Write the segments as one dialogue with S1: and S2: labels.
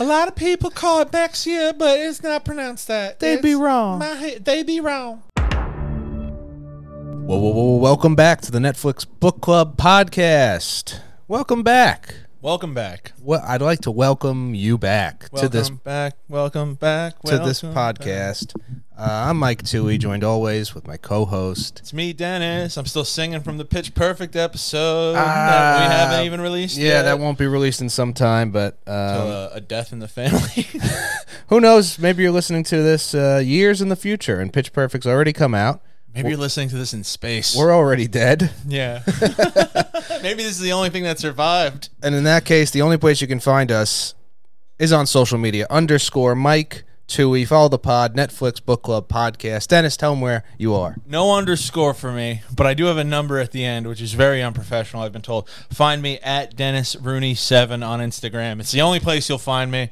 S1: A lot of people call it Bexia, but it's not pronounced that.
S2: They'd be
S1: It's
S2: wrong.
S1: my head- they be wrong.
S2: Whoa, whoa, whoa. Welcome back to the Netflix Book Club podcast. Welcome back.
S1: Welcome back.
S2: Well, I'd like to welcome you back
S1: Welcome
S2: to this
S1: back. Welcome back.
S2: to this
S1: welcome back.
S2: podcast. Uh, I'm Mike Toohey, joined always with my co-host.
S1: It's me, Dennis. I'm still singing from the Pitch Perfect episode that
S2: Ah,
S1: we haven't even released.
S2: Yeah,
S1: yet.
S2: that won't be released in some time, but um,
S1: Uh, a death in the family.
S2: who knows? Maybe you're listening to this uh, years in the future, and Pitch Perfect's already come out.
S1: Maybe you're listening to this in space.
S2: We're already dead.
S1: yeah. Maybe this is the only thing that survived.
S2: And in that case, the only place you can find us is on social media underscore Mike Tui. Follow the pod, Netflix, Book Club, Podcast. Dennis, tell them where you are.
S1: No underscore for me, but I do have a number at the end, which is very unprofessional, I've been told. Find me at Dennis Rooney7 on Instagram. It's the only place you'll find me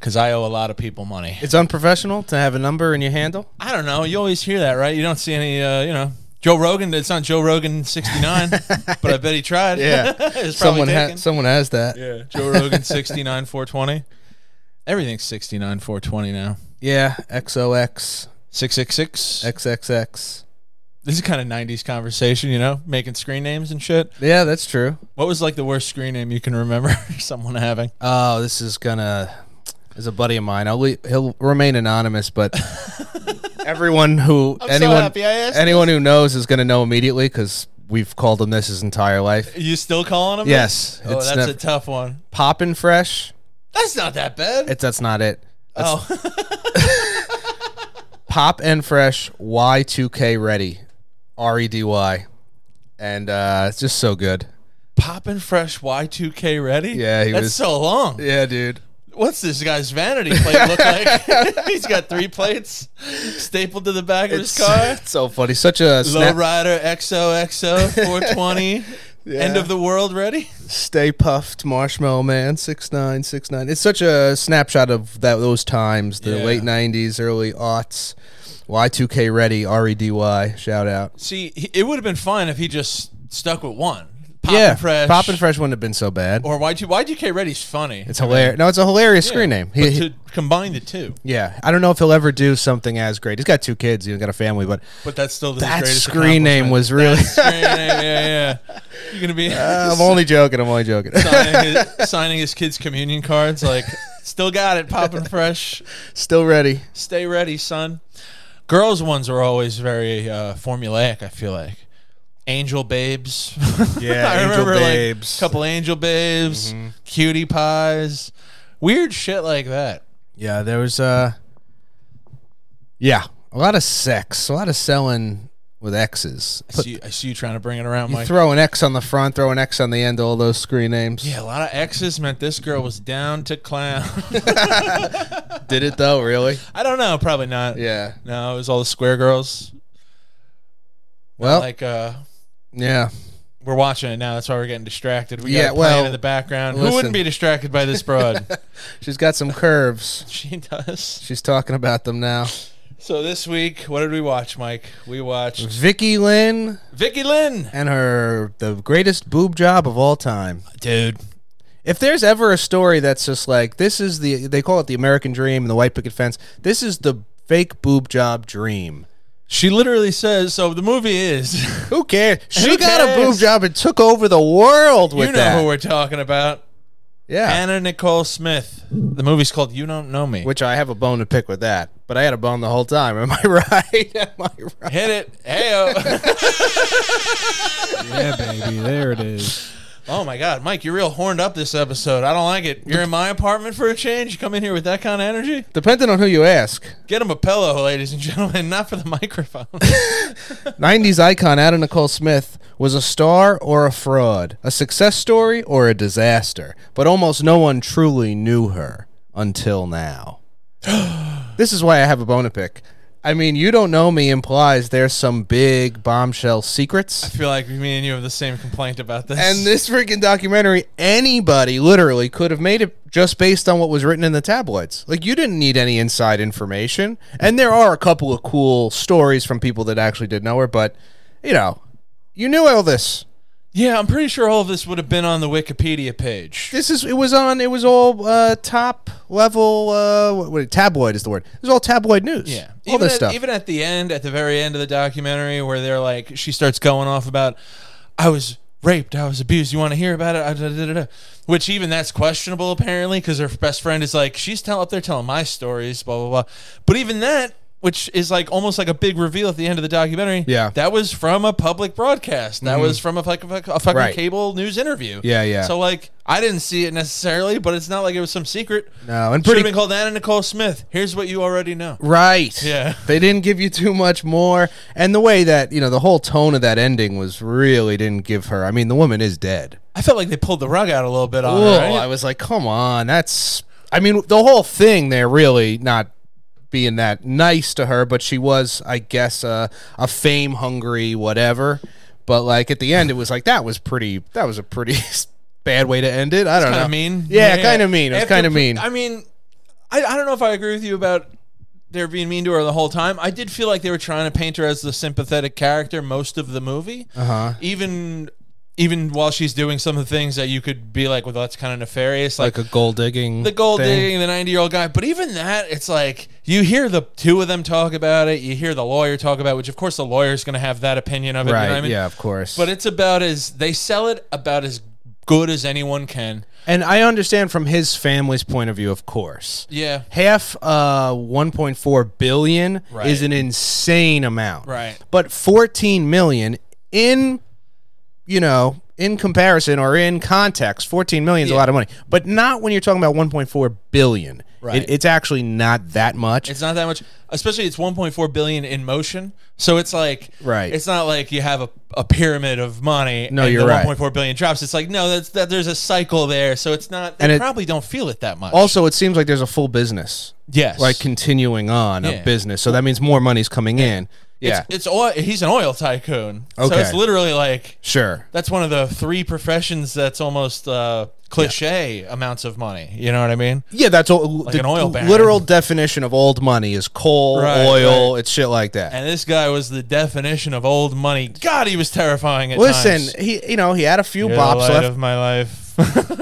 S1: because I owe a lot of people money.
S2: It's unprofessional to have a number in your handle.
S1: I don't know. You always hear that, right? You don't see any, uh, you know, Joe Rogan. It's not Joe Rogan 69, but I bet he tried.
S2: Yeah.
S1: it's probably
S2: Someone,
S1: taken.
S2: ha- someone has that.
S1: yeah. Joe Rogan 69, 420. Everything's 69, 420 now.
S2: Yeah, XOX,
S1: 666.
S2: XXX.
S1: This is kind of 90s conversation, you know, making screen names and shit.
S2: Yeah, that's true.
S1: What was like the worst screen name you can remember someone having?
S2: Oh, this is gonna. Is a buddy of mine. I'll le- he'll remain anonymous, but everyone who
S1: I'm so
S2: anyone
S1: happy I asked
S2: anyone who knows is gonna know immediately because we've called him this his entire life.
S1: Are you still calling him?
S2: Yes,
S1: that? Oh,
S2: it's
S1: that's
S2: nev-
S1: a tough one.
S2: Poppin' fresh.
S1: That's not that bad.
S2: It's that's not it.
S1: oh,
S2: Pop and fresh. Y two K ready. R E D Y, and uh, it's just so good.
S1: poppin' fresh Y2K ready?
S2: Yeah, he
S1: That's
S2: was-
S1: so long.
S2: Yeah, dude.
S1: What's this guy's vanity plate look like? He's got three plates stapled to the back of
S2: It's,
S1: his car.
S2: it's so funny. Such a snap-
S1: Lowrider XOXO 420. End of the world ready?
S2: Stay puffed, Marshmallow Man, six nine six nine. It's such a snapshot of that those times, the
S1: Yeah.
S2: late '90s, early aughts. Y two K ready. R E D Y. Shout out.
S1: See, he- it would have been fine if he just stuck with one. Pop
S2: yeah,
S1: and fresh.
S2: Pop and fresh wouldn't have been so bad.
S1: Or Y2, Y2K ready's funny.
S2: It's hilarious. No, it's a hilarious screen name. He-
S1: but
S2: he-
S1: to combine the two,
S2: Yeah, I don't know if he'll ever do something as great. He's got two kids, he's got a family, but
S1: but that's still the
S2: that
S1: greatest
S2: screen name
S1: accomplishment.
S2: was really.
S1: Screen name, yeah, yeah. You're gonna be
S2: I'm only joking. I'm only joking.
S1: signing, his, signing his kids' communion cards. Like, still got it, popping fresh.
S2: Still ready.
S1: Stay ready, son. Girls' ones are always very uh, formulaic. I feel like angel babes.
S2: Yeah,
S1: I
S2: Angel
S1: remember
S2: Babes. Mm-hmm.
S1: like a couple angel babes, cutie pies, weird shit like that.
S2: Yeah, there was uh Yeah, a lot of sex, a lot of selling with X's.
S1: I
S2: Put,
S1: see, I see you trying to bring it around, Mike.
S2: throw an X on the front, throw an X on the end of all those screen names.
S1: yeah, a lot of X's meant this girl was down to clown.
S2: Did it though, really?
S1: I don't know, probably not.
S2: Yeah.
S1: No, it was all the square girls.
S2: Well,
S1: Like, uh,
S2: yeah.
S1: we're watching it now. That's why we're getting distracted. We
S2: Yeah,
S1: got it playing
S2: well,
S1: in the background. Who
S2: listen.
S1: wouldn't be distracted by this broad?
S2: She's got some curves.
S1: she does.
S2: She's talking about them now.
S1: So this week, what did we watch, Mike? We watched
S2: Vicky Lynn
S1: Vicky Lynn.
S2: and her the greatest boob job of all time.
S1: Dude.
S2: If there's ever a story that's just like this is the they call it the American dream and the white picket fence. This is the fake boob job dream.
S1: She literally says, so the movie is,
S2: Who cares? She
S1: Who
S2: got a boob
S1: cares?
S2: job and took over the world
S1: you
S2: with
S1: know
S2: that. Uh.
S1: who we're talking about.
S2: yeah.
S1: Anna Nicole Smith. The movie's called You Don't Know Me.
S2: Which I have a bone to pick with that, but I had a bone the whole time. Am I right? Am I right?
S1: Hit it. Hey,
S3: Yeah, baby, there it is.
S1: oh my God. Mike, you're real horned up this episode. I don't like it. You're in my apartment for a change. You come in here with that kind of energy?
S2: Depending on who you ask,
S1: Get him a pillow, ladies and gentlemen, not for the microphone.
S2: 90s icon Adam Nicole Smith was a star or a fraud, a success story or a disaster, but almost no one truly knew her until now. this is why I have a bone to pick. I mean, you don't know me implies there's some big bombshell secrets.
S1: I feel like me and you have the same complaint about this.
S2: And this freaking documentary, anybody literally could have made it just based on what was written in the tabloids. Like you didn't need any inside information. And there are a couple of cool stories from people that actually did know her, but you know, you knew all this.
S1: Yeah, I'm pretty sure all of this would have been on the Wikipedia page.
S2: This is it was on it was all uh, top level uh what, what tabloid is the word. It was all tabloid news.
S1: Yeah,
S2: All
S1: even
S2: this
S1: at,
S2: stuff.
S1: Even at the end, at the very end of the documentary, where they're like, she starts going off about, I was raped, I was abused. You want to hear about it? Ah, da, da, da, da." Which even that's questionable apparently, because her best friend is like, she's tell up there telling my stories, blah blah blah. But even that. Which is like almost like a big reveal at the end of the documentary.
S2: Yeah. Mm-hmm.
S1: that was from a public broadcast. That was from a, fucking a fucking
S2: Right.
S1: cable news interview.
S2: Yeah, yeah.
S1: So like, I didn't see it necessarily, but it's not like it was some secret.
S2: No, and
S1: Should
S2: pretty
S1: have been called Anna Nicole Smith. Here's what you already know.
S2: Right.
S1: Yeah.
S2: They didn't give you too much more. And the way that, you know, the whole tone of that ending was really didn't give her. I mean, the woman is dead.
S1: I felt like they pulled the rug out a little bit on
S2: Whoa,
S1: her. right?
S2: I was like, come on. That's. I mean, the whole thing, they're really not being that nice to her, but she was, I guess, uh, a fame hungry whatever. But, like, at the end, it was like, that was pretty. That was a pretty. Bad way to end it. I don't
S1: Kinda
S2: know.
S1: mean.
S2: Yeah, kind of mean. It was
S1: After-
S2: kind of mean.
S1: I mean, I, I don't know if I agree with you about they're being mean to her the whole time. I did feel like they were trying to paint her as the sympathetic character most of the movie. Uh-huh. Even even while she's doing some of the things that you could be like, well, that's kind of nefarious. Like,
S2: like a gold digging.
S1: the gold
S2: thing.
S1: digging, the 90 year old guy. But even that, it's like you hear the two of them talk about it. You hear the lawyer talk about it, which, of course, the lawyer's going to have that opinion of it. you know
S2: Right.
S1: what I mean?
S2: Yeah, of course.
S1: But it's about as they sell it about as good as anyone can.
S2: and I understand from his family's point of view, of course.
S1: Yeah.
S2: half uh 1.4 billion
S1: Right.
S2: is an insane amount
S1: Right.
S2: but 14 million in you know in comparison or in context 14 million is a
S1: Yeah.
S2: lot of money but not when you're talking about 1.4 billion
S1: Right.
S2: It- it's actually not that much
S1: It's not that much, especially it's 1.4 billion in motion. So it's like,
S2: Right.
S1: It's not like you have a, a pyramid of money.
S2: No,
S1: and
S2: you're
S1: the
S2: right.
S1: 1.4 billion drops. It's like no, that's that. There's a cycle there, so it's not. They
S2: And it-
S1: probably don't feel it that much.
S2: also it seems like there's a full business
S1: yes,
S2: like continuing on
S1: Yeah.
S2: a business so that means more money's coming in yeah
S1: It's, it's oil. He's an oil tycoon. So
S2: Okay.
S1: it's literally like
S2: sure
S1: that's one of the three professions that's almost uh, cliche amounts of money. You know what I mean?
S2: yeah that's all the
S1: an oil baron.
S2: literal definition of old money is coal
S1: Right,
S2: oil it's shit like that
S1: And this guy was the definition of old money. God, he was terrifying at
S2: Listen,
S1: times.
S2: he you know he had a few
S1: You're the
S2: bops
S1: light
S2: left.
S1: of my life.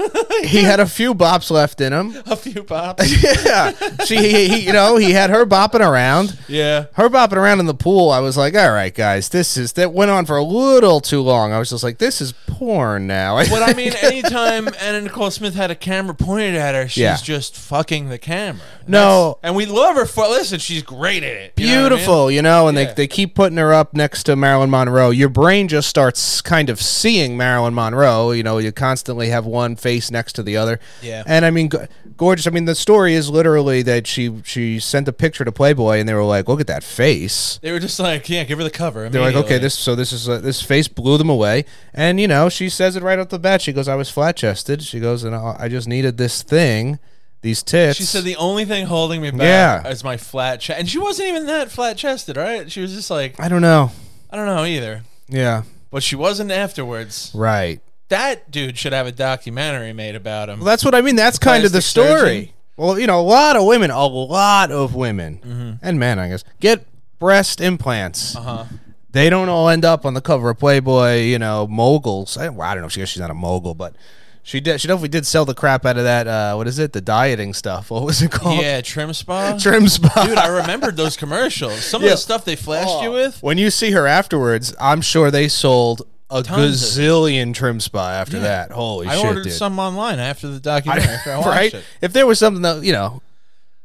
S2: He had a few bops left in him.
S1: a few bops.
S2: Yeah, she he, he- you know he had her bopping around.
S1: Yeah.
S2: Her bopping around in the pool. I was like, all right, guys, this is that went on for a little too long. I was just like, this is porn now.
S1: But I mean, anytime Anna Nicole Smith had a camera pointed at her, she's
S2: Yeah.
S1: just fucking the camera.
S2: No.
S1: That's- and we love her for. Listen, she's great at it. You know what I mean?
S2: beautiful, you know, and
S1: Yeah.
S2: they, they keep putting her up next to Marilyn Monroe. Your brain just starts kind of seeing Marilyn Monroe. You know, you constantly have one face next to the other.
S1: Yeah.
S2: And I mean, go- gorgeous. I mean, the story is literally that she she sent a picture to Playboy, and they were like, "Look at that face."
S1: They were just like, yeah, give her the cover.
S2: They're like,
S1: immediately.
S2: okay, this so this is uh, this face blew them away, and you know she says it right off the bat. She goes, "I was flat chested." She goes, "And I I just needed this thing, these tits."
S1: She said the only thing holding me back
S2: Yeah.
S1: is my flat chest, and she wasn't even that flat chested, right? She was just like,
S2: "I don't know."
S1: I don't know either,
S2: Yeah,
S1: but she wasn't afterwards.
S2: right.
S1: That dude should have a documentary made about him.
S2: Well, that's what I mean. That's kind of the
S1: plastic
S2: story.
S1: surgeon.
S2: Well, you know, a lot of women, a lot of women, and men, I guess, get breast implants.
S1: Mm-hmm. Uh-huh.
S2: They don't all end up on the cover of Playboy, you know, moguls. I, well, I don't know. if She guess she's not a mogul, but she did. She definitely did sell the crap out of that. Uh, what is it? The dieting stuff. What was it called?
S1: Yeah, trim spa.
S2: oh. Trim spa.
S1: Dude, I remembered those commercials. Some
S2: Yeah. Oh.
S1: of the stuff they flashed you with.
S2: When you see her afterwards, I'm sure they sold a
S1: Tons
S2: gazillion trim spa after that. Holy
S1: I
S2: shit!
S1: ordered
S2: dude.
S1: some online after the documentary. after I watched
S2: right?
S1: it.
S2: If there was something that you know,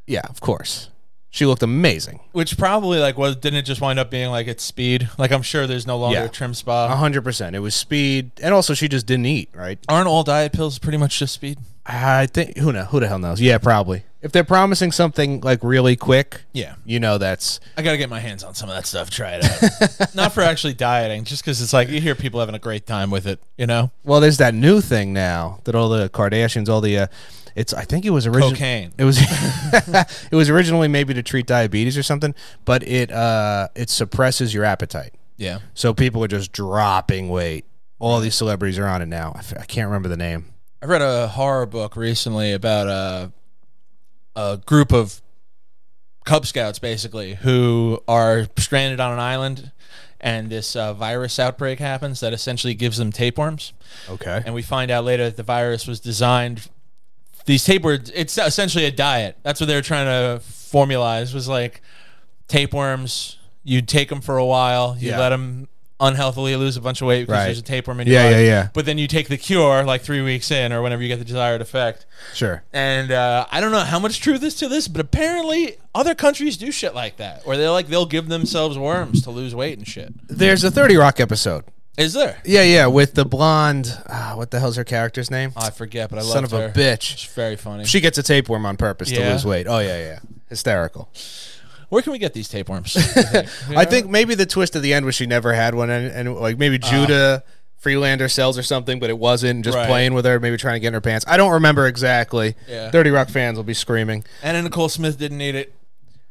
S2: yeah, of course, she looked amazing,
S1: Which probably like was didn't it just wind up being like it's speed? Like I'm sure there's no longer
S2: Yeah.
S1: a trim spa.
S2: hundred percent. It was speed, and also she just didn't eat, right?
S1: Aren't all diet pills pretty much just speed?
S2: I think who know who the hell knows? Yeah, probably. If they're promising something like really quick,
S1: Yeah.
S2: you know that's
S1: I gotta get my hands on some of that stuff. Try it out. Not for actually dieting, just because it's like you hear people having a great time with it. You know,
S2: well. There's that new thing now that all the Kardashians, all the. Uh, it's. I think it was originally.
S1: cocaine.
S2: It was. it was originally maybe to treat diabetes or something, but it uh, it suppresses your appetite.
S1: Yeah,
S2: So people are just dropping weight. All these celebrities are on it now. I, f- I can't remember the name.
S1: I read a horror book recently about a a group of Cub Scouts basically who are stranded on an island and this uh, virus outbreak happens that essentially gives them tapeworms.
S2: Okay.
S1: And we find out later that the virus was designed. These tapeworms, it's essentially a diet. That's what they were trying to formalize. Was like tapeworms. You take them for a while. You
S2: Yeah.
S1: let them unhealthily lose a bunch of weight because
S2: Right.
S1: there's a tapeworm in
S2: Yeah,
S1: your body.
S2: yeah, yeah.
S1: But then you take the cure like three weeks in or whenever you get the desired effect.
S2: Sure.
S1: And uh, I don't know how much truth is to this, but apparently other countries do shit like that, where they're like they'll give themselves worms to lose weight and shit.
S2: There's a 30 Rock episode.
S1: Is there?
S2: Yeah, yeah, with the blonde. Ah, what the hell's her character's name?
S1: I forget, but I love
S2: Son of a bitch.
S1: It's very funny.
S2: She gets a tapeworm on purpose to
S1: Yeah.
S2: lose weight. Oh yeah, yeah. Hysterical.
S1: Where can we get these tapeworms? you think?
S2: I think maybe the twist at the end was she never had one, and, and like maybe Judah Freelander sells or something, but it wasn't just
S1: Right.
S2: playing with her, maybe trying to get in her pants. I don't remember exactly.
S1: Yeah.
S2: Thirty Rock fans will be screaming.
S1: Anna Nicole Smith didn't need it.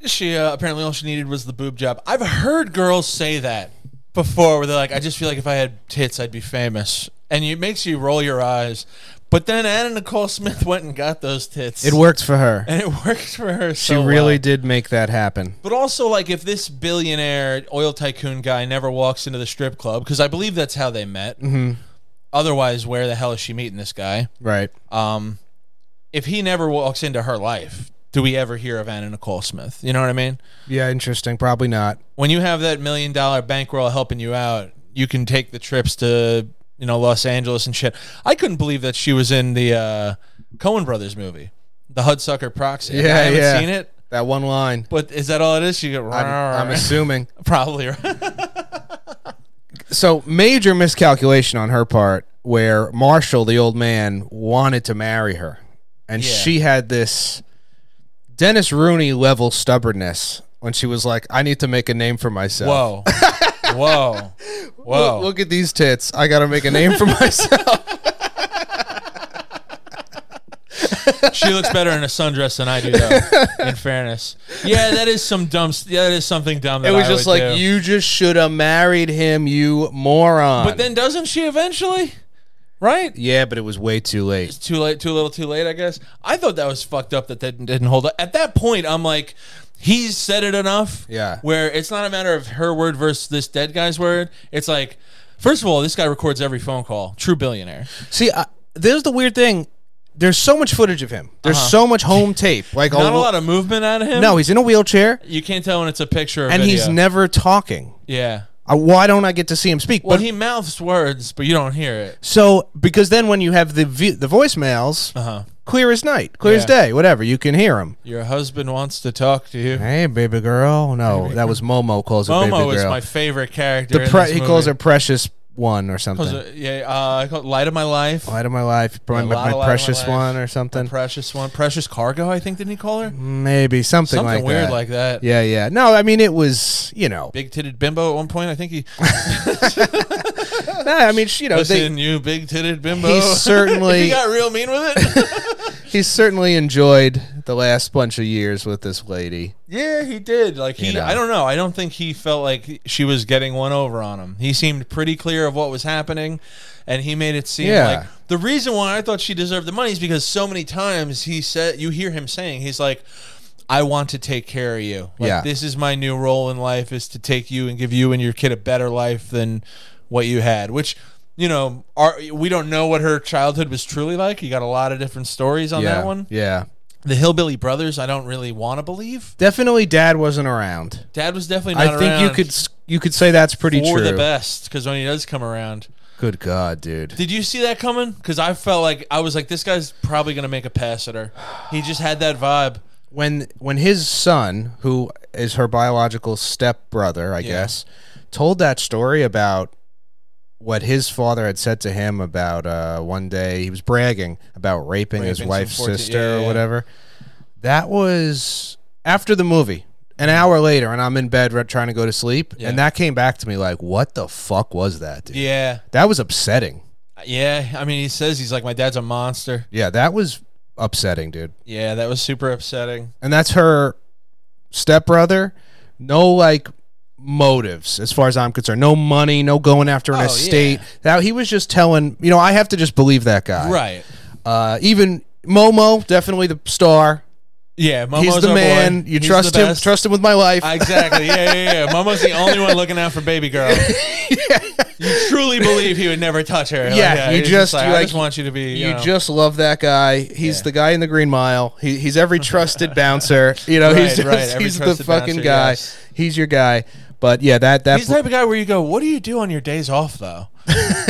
S1: She uh, apparently all she needed was the boob job. I've heard girls say that before, where they're like, "I just feel like if I had tits, I'd be famous," and it makes you roll your eyes. But then Anna Nicole Smith went and got those tits.
S2: It worked for her.
S1: and it worked for her.
S2: She
S1: So
S2: really
S1: well.
S2: did make that happen.
S1: But also, like, if this billionaire oil tycoon guy never walks into the strip club, because I believe that's how they met. Mm-hmm. Otherwise, where the hell is she meeting this guy?
S2: Right.
S1: Um, if he never walks into her life, do we ever hear of Anna Nicole Smith? You know what I mean?
S2: Yeah, interesting. Probably not.
S1: When you have that million dollar bankroll helping you out, you can take the trips to you know Los Angeles and shit. I couldn't believe that she was in the uh, Cohen Brothers movie, The Hudsucker Proxy. I
S2: Yeah,
S1: haven't
S2: yeah.
S1: seen it,
S2: That one line.
S1: but is that all it is? She go,
S2: I'm, I'm assuming.
S1: probably right.
S2: So major miscalculation on her part, where Marshall, the old man, wanted to marry her, and
S1: Yeah.
S2: she had this Dennis Rooney level stubbornness when she was like, "I need to make a name for myself."
S1: Whoa. Whoa. Whoa.
S2: Look, look at these tits. I got to make a name for myself.
S1: she looks better in a sundress than I do, though, in fairness. Yeah, that is some dumb. s- Yeah, that is something dumb. That
S2: it was
S1: I
S2: just
S1: would
S2: like,
S1: do.
S2: "You just should have married him, you moron."
S1: But then doesn't she eventually? Right?
S2: yeah, but it was way too late.
S1: Too late, too little, too late, I guess. I thought that was fucked up that that didn't- didn't hold up. At that point, I'm like, he's said it enough.
S2: Yeah.
S1: Where it's not a matter of her word versus this dead guy's word. It's like, first of all, this guy records every phone call. True billionaire.
S2: See, I, there's the weird thing. There's so much footage of him. There's so much home tape. Like
S1: Uh-huh. Not a lot of movement out of him.
S2: Oh, No, he's in a wheelchair.
S1: You can't tell when it's a picture or
S2: and
S1: video.
S2: he's never talking.
S1: Yeah.
S2: Uh, why don't I get to see him speak?
S1: Well,
S2: but
S1: he mouths words, but you don't hear it.
S2: so because then when you have the vi- the voicemails,
S1: Uh huh.
S2: clear as night, clear as
S1: Yeah.
S2: day, whatever, you can hear him.
S1: Your husband wants to talk to you.
S2: Hey, baby girl. No, that was Momo calls her
S1: Momo
S2: baby
S1: is
S2: girl.
S1: my favorite character.
S2: the
S1: in
S2: pre-
S1: this
S2: he calls her
S1: movie.
S2: precious one or
S1: Calls
S2: something.
S1: her- yeah, uh, I call it light of my life,
S2: Light of my life, my,
S1: Yeah,
S2: my-
S1: Light of
S2: my
S1: Light of My
S2: precious
S1: Life.
S2: one or
S1: the
S2: something.
S1: precious one, precious cargo. I think didn't he call her
S2: Maybe something,
S1: something
S2: like
S1: weird
S2: that.
S1: like that?
S2: yeah, yeah. No, I mean it was you know.
S1: Big titted bimbo at one point. I think he
S2: Nah, I mean you know they,
S1: listen, you big titted bimbo.
S2: He certainly-
S1: he got real mean with it.
S2: he certainly enjoyed the last bunch of years with this lady.
S1: yeah, he did. Like he,
S2: You know.
S1: I don't know. I don't think he felt like she was getting one over on him. He seemed pretty clear of what was happening, and he made it seem
S2: Yeah.
S1: like the reason why I thought she deserved the money is because so many times he said, you hear him saying, he's like. I want to take care of you. Like,
S2: Yeah.
S1: This is my new role in life is to take you and give you and your kid a better life than what you had, which, you know, are, we don't know what her childhood was truly like. You got a lot of different stories on
S2: yeah,
S1: that one.
S2: yeah.
S1: The Hillbilly Brothers, I don't really want to believe.
S2: Definitely, Dad wasn't around.
S1: Dad was definitely not
S2: I think you
S1: around
S2: could s- you could say that's pretty
S1: for
S2: true.
S1: the best because when he does come around.
S2: Good God, dude.
S1: Did you see that coming? Because I felt like I was like, this guy's probably going to make a pass at her. He just had that vibe.
S2: When when his son, who is her biological stepbrother, I
S1: Yeah.
S2: guess, told that story about what his father had said to him about uh, one day he was bragging about raping,
S1: Raping
S2: his
S1: some
S2: wife's
S1: 14
S2: sister
S1: yeah, yeah,
S2: or
S1: yeah.
S2: whatever. That was after the movie. An hour later, and I'm in bed re- trying to go to sleep,
S1: Yeah.
S2: and that came back to me like, "What the fuck was that, dude?
S1: Yeah.
S2: That was upsetting.
S1: Yeah. I mean, he says he's like, my dad's a monster.
S2: Yeah, that was upsetting, dude.
S1: Yeah, that was super upsetting.
S2: and that's her stepbrother. No like motives, as far as I'm concerned. No money, no going after an
S1: Oh,
S2: estate. That he was just telling. You know, I have to just believe that guy.
S1: Right.
S2: Uh, even Momo, definitely the star.
S1: Yeah, Momo's
S2: He's the
S1: our
S2: man.
S1: Boy.
S2: You
S1: He's
S2: trust
S1: the
S2: him.
S1: best.
S2: Trust him with my life.
S1: Uh, Exactly. Yeah, yeah, yeah. Momo's the only one looking out for baby girl. You truly believe he would never touch her. Like,
S2: Yeah, you
S1: he's
S2: just-
S1: like,
S2: you
S1: I
S2: like-
S1: just want you to be. You,
S2: you
S1: know.
S2: just love that guy. He's
S1: Yeah.
S2: the guy in the Green Mile. He, he's every trusted bouncer. You know,
S1: Right,
S2: he's just,
S1: right, every
S2: he's the
S1: trusted
S2: fucking
S1: bouncer,
S2: guy.
S1: yes.
S2: He's your guy. But yeah, that that
S1: He's the type of guy where you go, "What do you do on your days off, though?"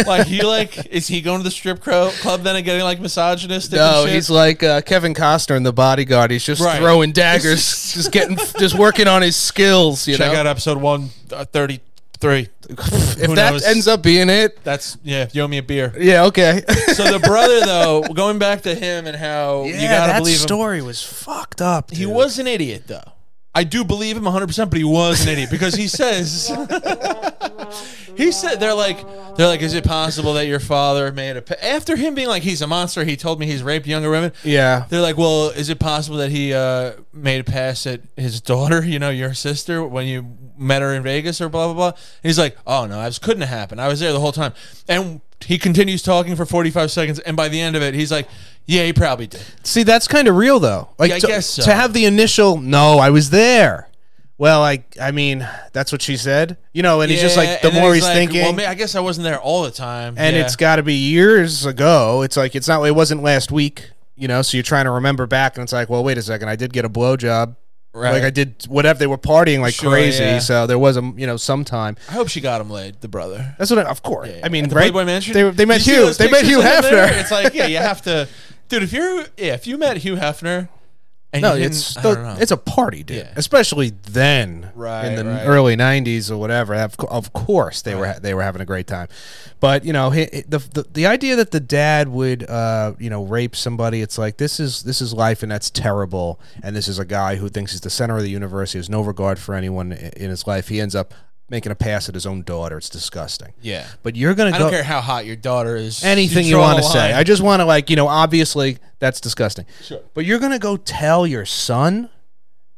S1: like he like is he going to the strip cro- club then and getting like misogynistic?
S2: no,
S1: and shit?
S2: he's like uh, Kevin Costner in The Bodyguard. He's just
S1: Right.
S2: throwing daggers, just getting, just working on his skills. You
S1: check
S2: know,
S1: out episode one uh, thirty three.
S2: if
S1: who
S2: that
S1: knows?
S2: ends up being it,
S1: That's yeah. You owe me a beer.
S2: yeah, okay.
S1: So the brother though, going back to him and how you gotta believe him.
S2: was fucked up.
S1: He was an idiot, though. I do believe him 100%, but he was an idiot because he says, he said, they're like, they're like, is it possible that your father made a, pa-? after him being like, he's a monster, he told me he's raped younger women.
S2: Yeah,
S1: They're like, well, is it possible that he uh, made a pass at his daughter, you know, your sister, when you met her in Vegas or blah, blah, blah? And he's like, oh, no, that couldn't have happened. I was there the whole time. And he continues talking for 45 seconds. And by the end of it, he's like, yeah, he probably did.
S2: See, that's kind of real though. Like
S1: Yeah, I
S2: to,
S1: guess so.
S2: to have the initial no, I was there. Well, I I mean, that's what she said. You know, and he's just
S1: Yeah,
S2: like the
S1: and then
S2: more he's, thinking
S1: Well, man, I guess I wasn't there all the time,
S2: and
S1: Yeah.
S2: it's got to be years ago. It's like it's not it wasn't last week, you know, so you're trying to remember back and it's like, well, wait a second, I did get a blowjob.
S1: Right.
S2: Like I did whatever they were partying like
S1: Sure,
S2: crazy,
S1: yeah.
S2: so there was a, you know, some time.
S1: I hope she got him laid, the brother.
S2: That's what I, of course. I mean,
S1: At the
S2: right?
S1: Playboy Mansion.
S2: They, they met
S1: You see
S2: Hugh.
S1: those
S2: They met
S1: pictures
S2: Hugh
S1: of him there?
S2: Hefner.
S1: It's like yeah, you have to, dude. If you're yeah, if you met Hugh Hefner, and
S2: No,
S1: you didn't,
S2: it's
S1: I
S2: the-
S1: don't know.
S2: it's a party, dude.
S1: Yeah.
S2: Especially then,
S1: Right,
S2: in the
S1: right.
S2: early '90s or whatever. Of, co- of course, they were they were having a great time, but you know, he, he- the, the the idea that the dad would uh, you know rape somebody, it's like this is this is life, and that's terrible. And this is a guy who thinks he's the center of the universe. He has no regard for anyone i- in his life. He ends up making a pass at his own daughter. It's disgusting.
S1: yeah.
S2: But you're gonna
S1: I
S2: go
S1: don't care how hot your daughter is.
S2: anything you,
S1: draw
S2: want to
S1: the
S2: say.
S1: line.
S2: I just want to like you know, obviously that's disgusting.
S1: Sure.
S2: But you're gonna go tell your son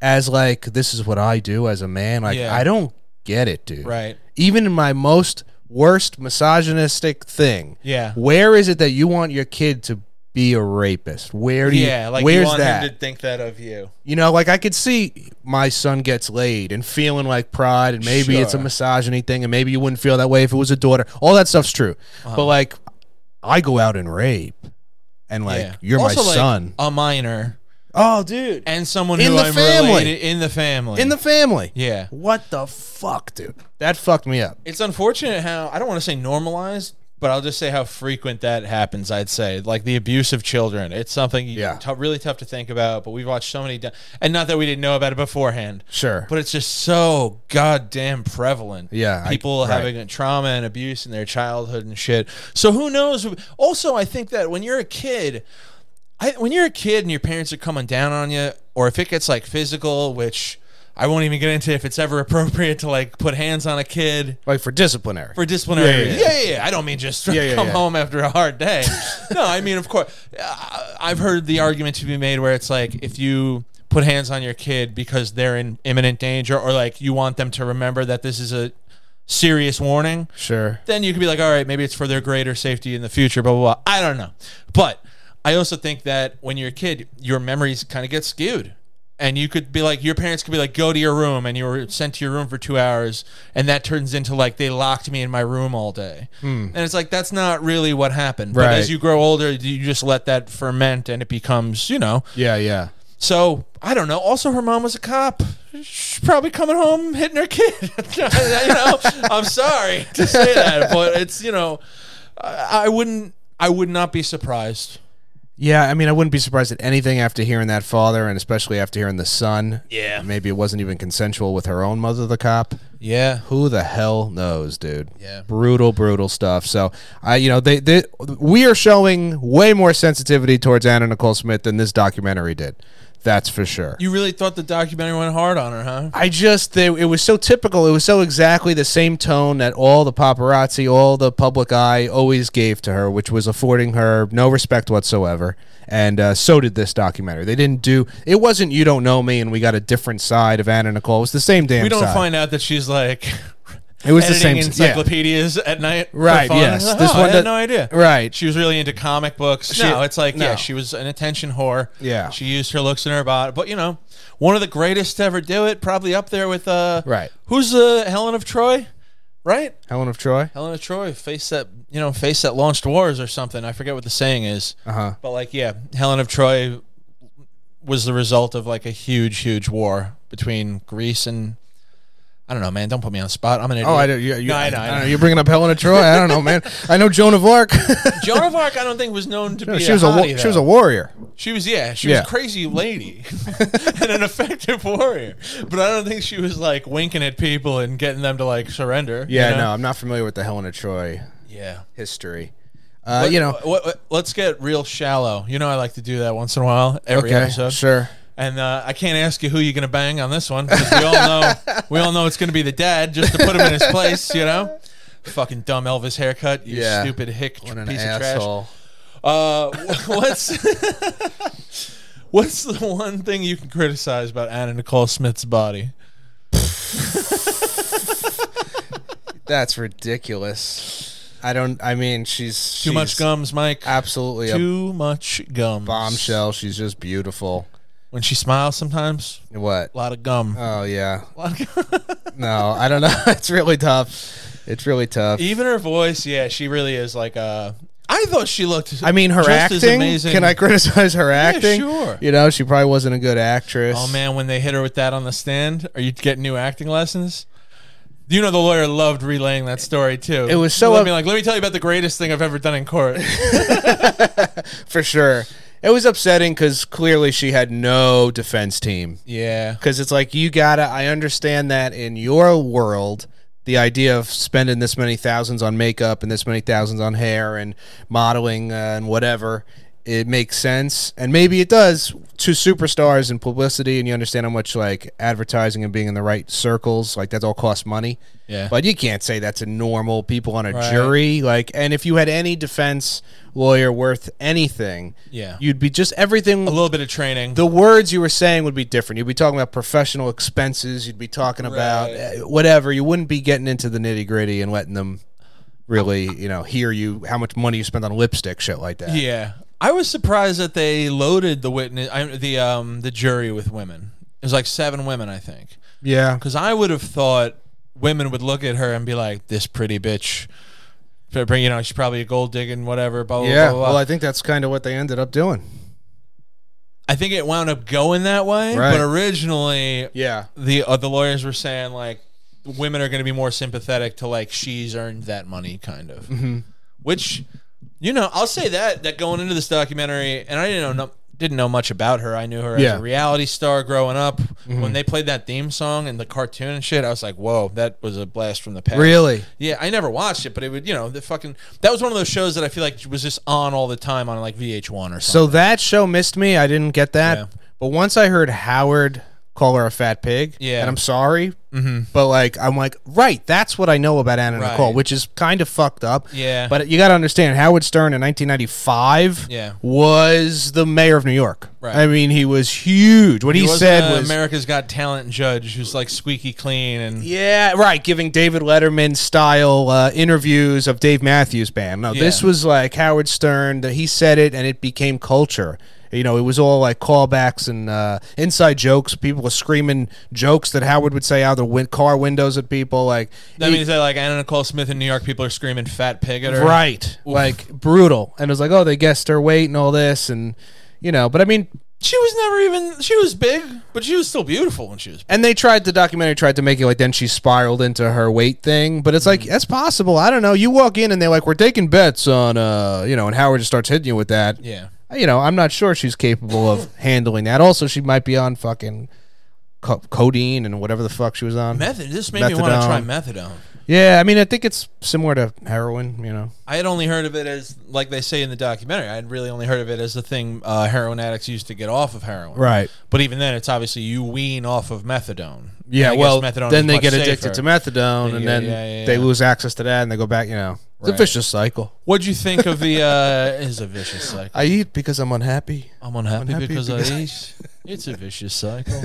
S2: as like this is what I do as a man. Like
S1: Yeah.
S2: I don't get it, dude.
S1: right.
S2: Even in my most worst misogynistic thing,
S1: Yeah.
S2: where is it that you want your kid to be a rapist? Where do you?
S1: Yeah, like
S2: where's
S1: you want
S2: that?
S1: him to think that of you.
S2: You know, like I could see my son gets laid and feeling like pride, and maybe it's a
S1: Sure.
S2: misogyny thing, and maybe you wouldn't feel that way if it was a daughter. All that stuff's true.
S1: Uh-huh.
S2: But like, I go out and rape, and like,
S1: yeah.
S2: you're
S1: Also,
S2: my
S1: like, uh,
S2: son.
S1: a minor,
S2: Oh, dude.
S1: and someone
S2: In
S1: who
S2: the
S1: I'm
S2: family.
S1: related in the family.
S2: In the family.
S1: yeah,
S2: What the fuck, dude? That fucked me up.
S1: it's unfortunate how I don't want to say normalized, but I'll just say how frequent that happens. I'd say like the abuse of children. It's something
S2: Yeah.
S1: tou- really tough to think about, but we've watched so many, di- and not that we didn't know about it beforehand,
S2: Sure.
S1: but it's just so goddamn prevalent.
S2: Yeah, I-
S1: people
S2: right.
S1: having trauma and abuse in their childhood and shit. So who knows? Also, I think that when you're a kid. I, when you're a kid and your parents are coming down on you, or if it gets like physical, which I won't even get into if it's ever appropriate to like put hands on a kid
S2: like for disciplinary.
S1: for disciplinary.
S2: Yeah,
S1: Yeah
S2: yeah,
S1: yeah,
S2: yeah.
S1: yeah, I don't mean just
S2: yeah,
S1: come
S2: yeah.
S1: home after a hard day. no, I mean of course. Uh, I've heard the argument to be made where it's like if you put hands on your kid because they're in imminent danger, or like you want them to remember that this is a serious warning,
S2: sure.
S1: then you could be like, all right, maybe it's for their greater safety in the future, blah, blah, blah. I don't know. But I also think that when you're a kid, your memories kind of get skewed. And you could be like, your parents could be like, go to your room, and you were sent to your room for two hours. And that turns into like, they locked me in my room all day. And it's like, that's not really what happened. But
S2: Right.
S1: as you grow older, you just let that ferment and it becomes, you know.
S2: Yeah, yeah.
S1: So I don't know. Also, her mom was a cop. She's probably coming home hitting her kid. you know, I'm sorry to say that, but it's you know, I, I wouldn't, I would not be surprised.
S2: Yeah, I mean, I wouldn't be surprised at anything after hearing that father, and especially after hearing the son.
S1: Yeah.
S2: Maybe it wasn't even consensual with her own mother, the cop.
S1: Yeah,
S2: Who the hell knows, dude?
S1: Yeah.
S2: Brutal, brutal stuff. So I, you know, they, they we are showing way more sensitivity towards Anna Nicole Smith than this documentary did. That's for sure.
S1: you really thought the documentary went hard on her, huh?
S2: I just they, it was so typical. It was so exactly the same tone that all the paparazzi, all the public eye always gave to her, which was affording her no respect whatsoever. And uh, so did this documentary. They didn't do it. Wasn't you don't know me, and we got a different side of Anna Nicole. It was the same damn.
S1: We don't
S2: side.
S1: find out that she's like
S2: It was the
S1: editing
S2: same. Yeah.
S1: encyclopedias at night. for
S2: Right,
S1: fun.
S2: yes.
S1: Oh,
S2: This
S1: I
S2: one
S1: had
S2: does-
S1: no idea.
S2: Right.
S1: She was really into comic books. no, it's like
S2: no.
S1: yeah, she was an attention whore.
S2: Yeah.
S1: she used her looks and her body, but you know, one of the greatest to ever do it. Probably up there with uh,
S2: Right.
S1: Who's uh, Helen of Troy? Right,
S2: Helen of Troy.
S1: Helen of Troy, face that you know, face that launched wars or something. I forget what the saying is,
S2: Uh huh.
S1: but like yeah, Helen of Troy was the result of like a huge, huge war between Greece and. I don't know, man. Don't put me on the spot. I'm an idiot.
S2: Oh, I don't. You, you,
S1: No,
S2: I,
S1: I know, I
S2: don't
S1: know.
S2: know. You're bringing up Helen of Troy. I don't know, man. I know Joan of Arc.
S1: Joan of Arc, I don't think was known to be.
S2: she was a wa-
S1: hottie,
S2: she was a
S1: though.
S2: warrior.
S1: she was yeah she
S2: Yeah.
S1: was a crazy lady and an effective warrior, but I don't think she was like winking at people and getting them to like surrender. you
S2: Yeah,
S1: know?
S2: no, I'm not familiar with the Helen of Troy
S1: yeah.
S2: history. Uh,
S1: But,
S2: you know,
S1: what, what- let's get real shallow. You know, I like to do that once in a while, every
S2: okay,
S1: episode.
S2: sure.
S1: And uh, I can't ask you who you're going to bang on this one because we all know we all know it's going to be the dad just to put him in his place. You know, fucking dumb Elvis haircut. You
S2: Yeah.
S1: stupid hick
S2: What an
S1: piece of trash.
S2: asshole.
S1: Uh, wh- what's what's the one thing you can criticize about Anna Nicole Smith's body?
S2: That's ridiculous. I don't. I mean, she's
S1: Too much gums, Mike.
S2: Absolutely a
S1: Too much gums.
S2: bombshell. She's just beautiful.
S1: When she smiles, sometimes
S2: What?
S1: a lot of gum.
S2: Oh yeah.
S1: Lot of gum.
S2: No, I don't know. it's really tough. It's really tough.
S1: Even her voice, yeah, she really is like a. I thought she looked.
S2: I mean, her
S1: just as
S2: acting.
S1: amazing.
S2: Can I criticize her acting?
S1: sure.
S2: You know, she probably wasn't a good actress.
S1: Oh man, when they hit her with that on the stand, are you getting new acting lessons? You know the lawyer loved relaying that story too.
S2: It was so
S1: Let
S2: up-
S1: me like, let me tell you about the greatest thing I've ever done in court.
S2: for sure. It was upsetting because clearly she had no defense team.
S1: yeah,
S2: Because it's like you gotta. I understand that in your world, the idea of spending this many thousands on makeup and this many thousands on hair and modeling uh, and whatever, it makes sense. And maybe it does to superstars and publicity. And you understand how much like advertising and being in the right circles, like that all costs money.
S1: yeah.
S2: But you can't say that's a normal people on a
S1: Right.
S2: jury. Like, and if you had any defense lawyer worth anything,
S1: Yeah.
S2: you'd be just everything.
S1: a little bit of training.
S2: the words you were saying would be different. You'd be talking about professional expenses. You'd be talking about
S1: Right.
S2: uh, whatever. You wouldn't be getting into the nitty gritty and letting them really, you know, hear you how much money you spend on lipstick, shit like that.
S1: yeah, I was surprised that they loaded the witness, I, the um, the jury with women. It was like seven women, I think.
S2: Yeah.
S1: Because I would have thought women would look at her and be like, "This pretty bitch." Bring you know she's probably a gold digging whatever blah blah
S2: Yeah.
S1: blah, blah.
S2: Well, I think that's kind of what they ended up doing.
S1: I think it wound up going that way
S2: Right.
S1: but originally
S2: Yeah.
S1: the uh, the lawyers were saying like women are going to be more sympathetic to like she's earned that money kind of
S2: Mm-hmm.
S1: which you know i'll say that that going into this documentary and i didn't know didn't know much about her i knew her
S2: Yeah. Mm-hmm.
S1: as a reality star growing up when they played that theme song and the cartoon and shit i was like whoa that was a blast from the past
S2: Really?
S1: yeah i never watched it but it would you know the fucking that was one of those shows that i feel like was just on all the time on like vh1 or something
S2: So that show missed me. I didn't get that.
S1: Yeah.
S2: But once I heard Howard call her a fat pig,
S1: Yeah.
S2: and I'm sorry, mm-hmm. but like I'm like, right, that's what I know about Anna
S1: Right.
S2: Nicole, which is kind of fucked up.
S1: Yeah.
S2: But you got to understand, Howard Stern in 1995
S1: Yeah.
S2: was the mayor of New York.
S1: Right.
S2: I mean, he was huge. What he,
S1: wasn't
S2: said
S1: a
S2: was.
S1: america's got talent judge who's like squeaky clean and
S2: yeah, right. Giving David Letterman style uh, interviews of Dave Matthews Band. No, this
S1: Yeah.
S2: was like Howard Stern. That he said it, and it became culture. You know, it was all like callbacks and uh, inside jokes. People were screaming jokes that Howard would say out the win- car windows at people. Like
S1: That
S2: he-
S1: means that like Anna Nicole Smith in New York, people are screaming "fat pig" at her.
S2: right, like brutal. And it was like, oh, they guessed her weight and all this, and you know. But I mean,
S1: She was never even. She was big, but she was still beautiful when she was.
S2: And they tried the documentary tried to make it like then she spiraled into her weight thing, but it's like
S1: Mm.
S2: that's possible. I don't know. You walk in and they're like, "We're taking bets on," uh, you know, and Howard just starts hitting you with that.
S1: Yeah.
S2: You know, I'm not sure she's capable of handling that. Also, she might be on fucking co- codeine and whatever the fuck she was on.
S1: Method. This made me want to try methadone.
S2: Yeah, I mean, I think it's similar to heroin. You know,
S1: I had only heard of it as like they say in the documentary. I had really only heard of it as the thing uh, heroin addicts used to get off of heroin.
S2: right?
S1: But even then, it's obviously you wean off of methadone. And
S2: Yeah.
S1: I guess
S2: Well,
S1: methadone
S2: then
S1: is
S2: they
S1: much
S2: get addicted
S1: safer.
S2: to methadone,
S1: Then
S2: and
S1: you-
S2: then
S1: yeah, yeah,
S2: they
S1: yeah.
S2: lose access to that, and they go back. You know, it's a
S1: Right.
S2: vicious cycle.
S1: What'd you think of the? uh Is a vicious cycle.
S2: I eat because I'm unhappy.
S1: I'm unhappy,
S2: Unhappy
S1: because,
S2: because-
S1: I eat. It's a vicious cycle.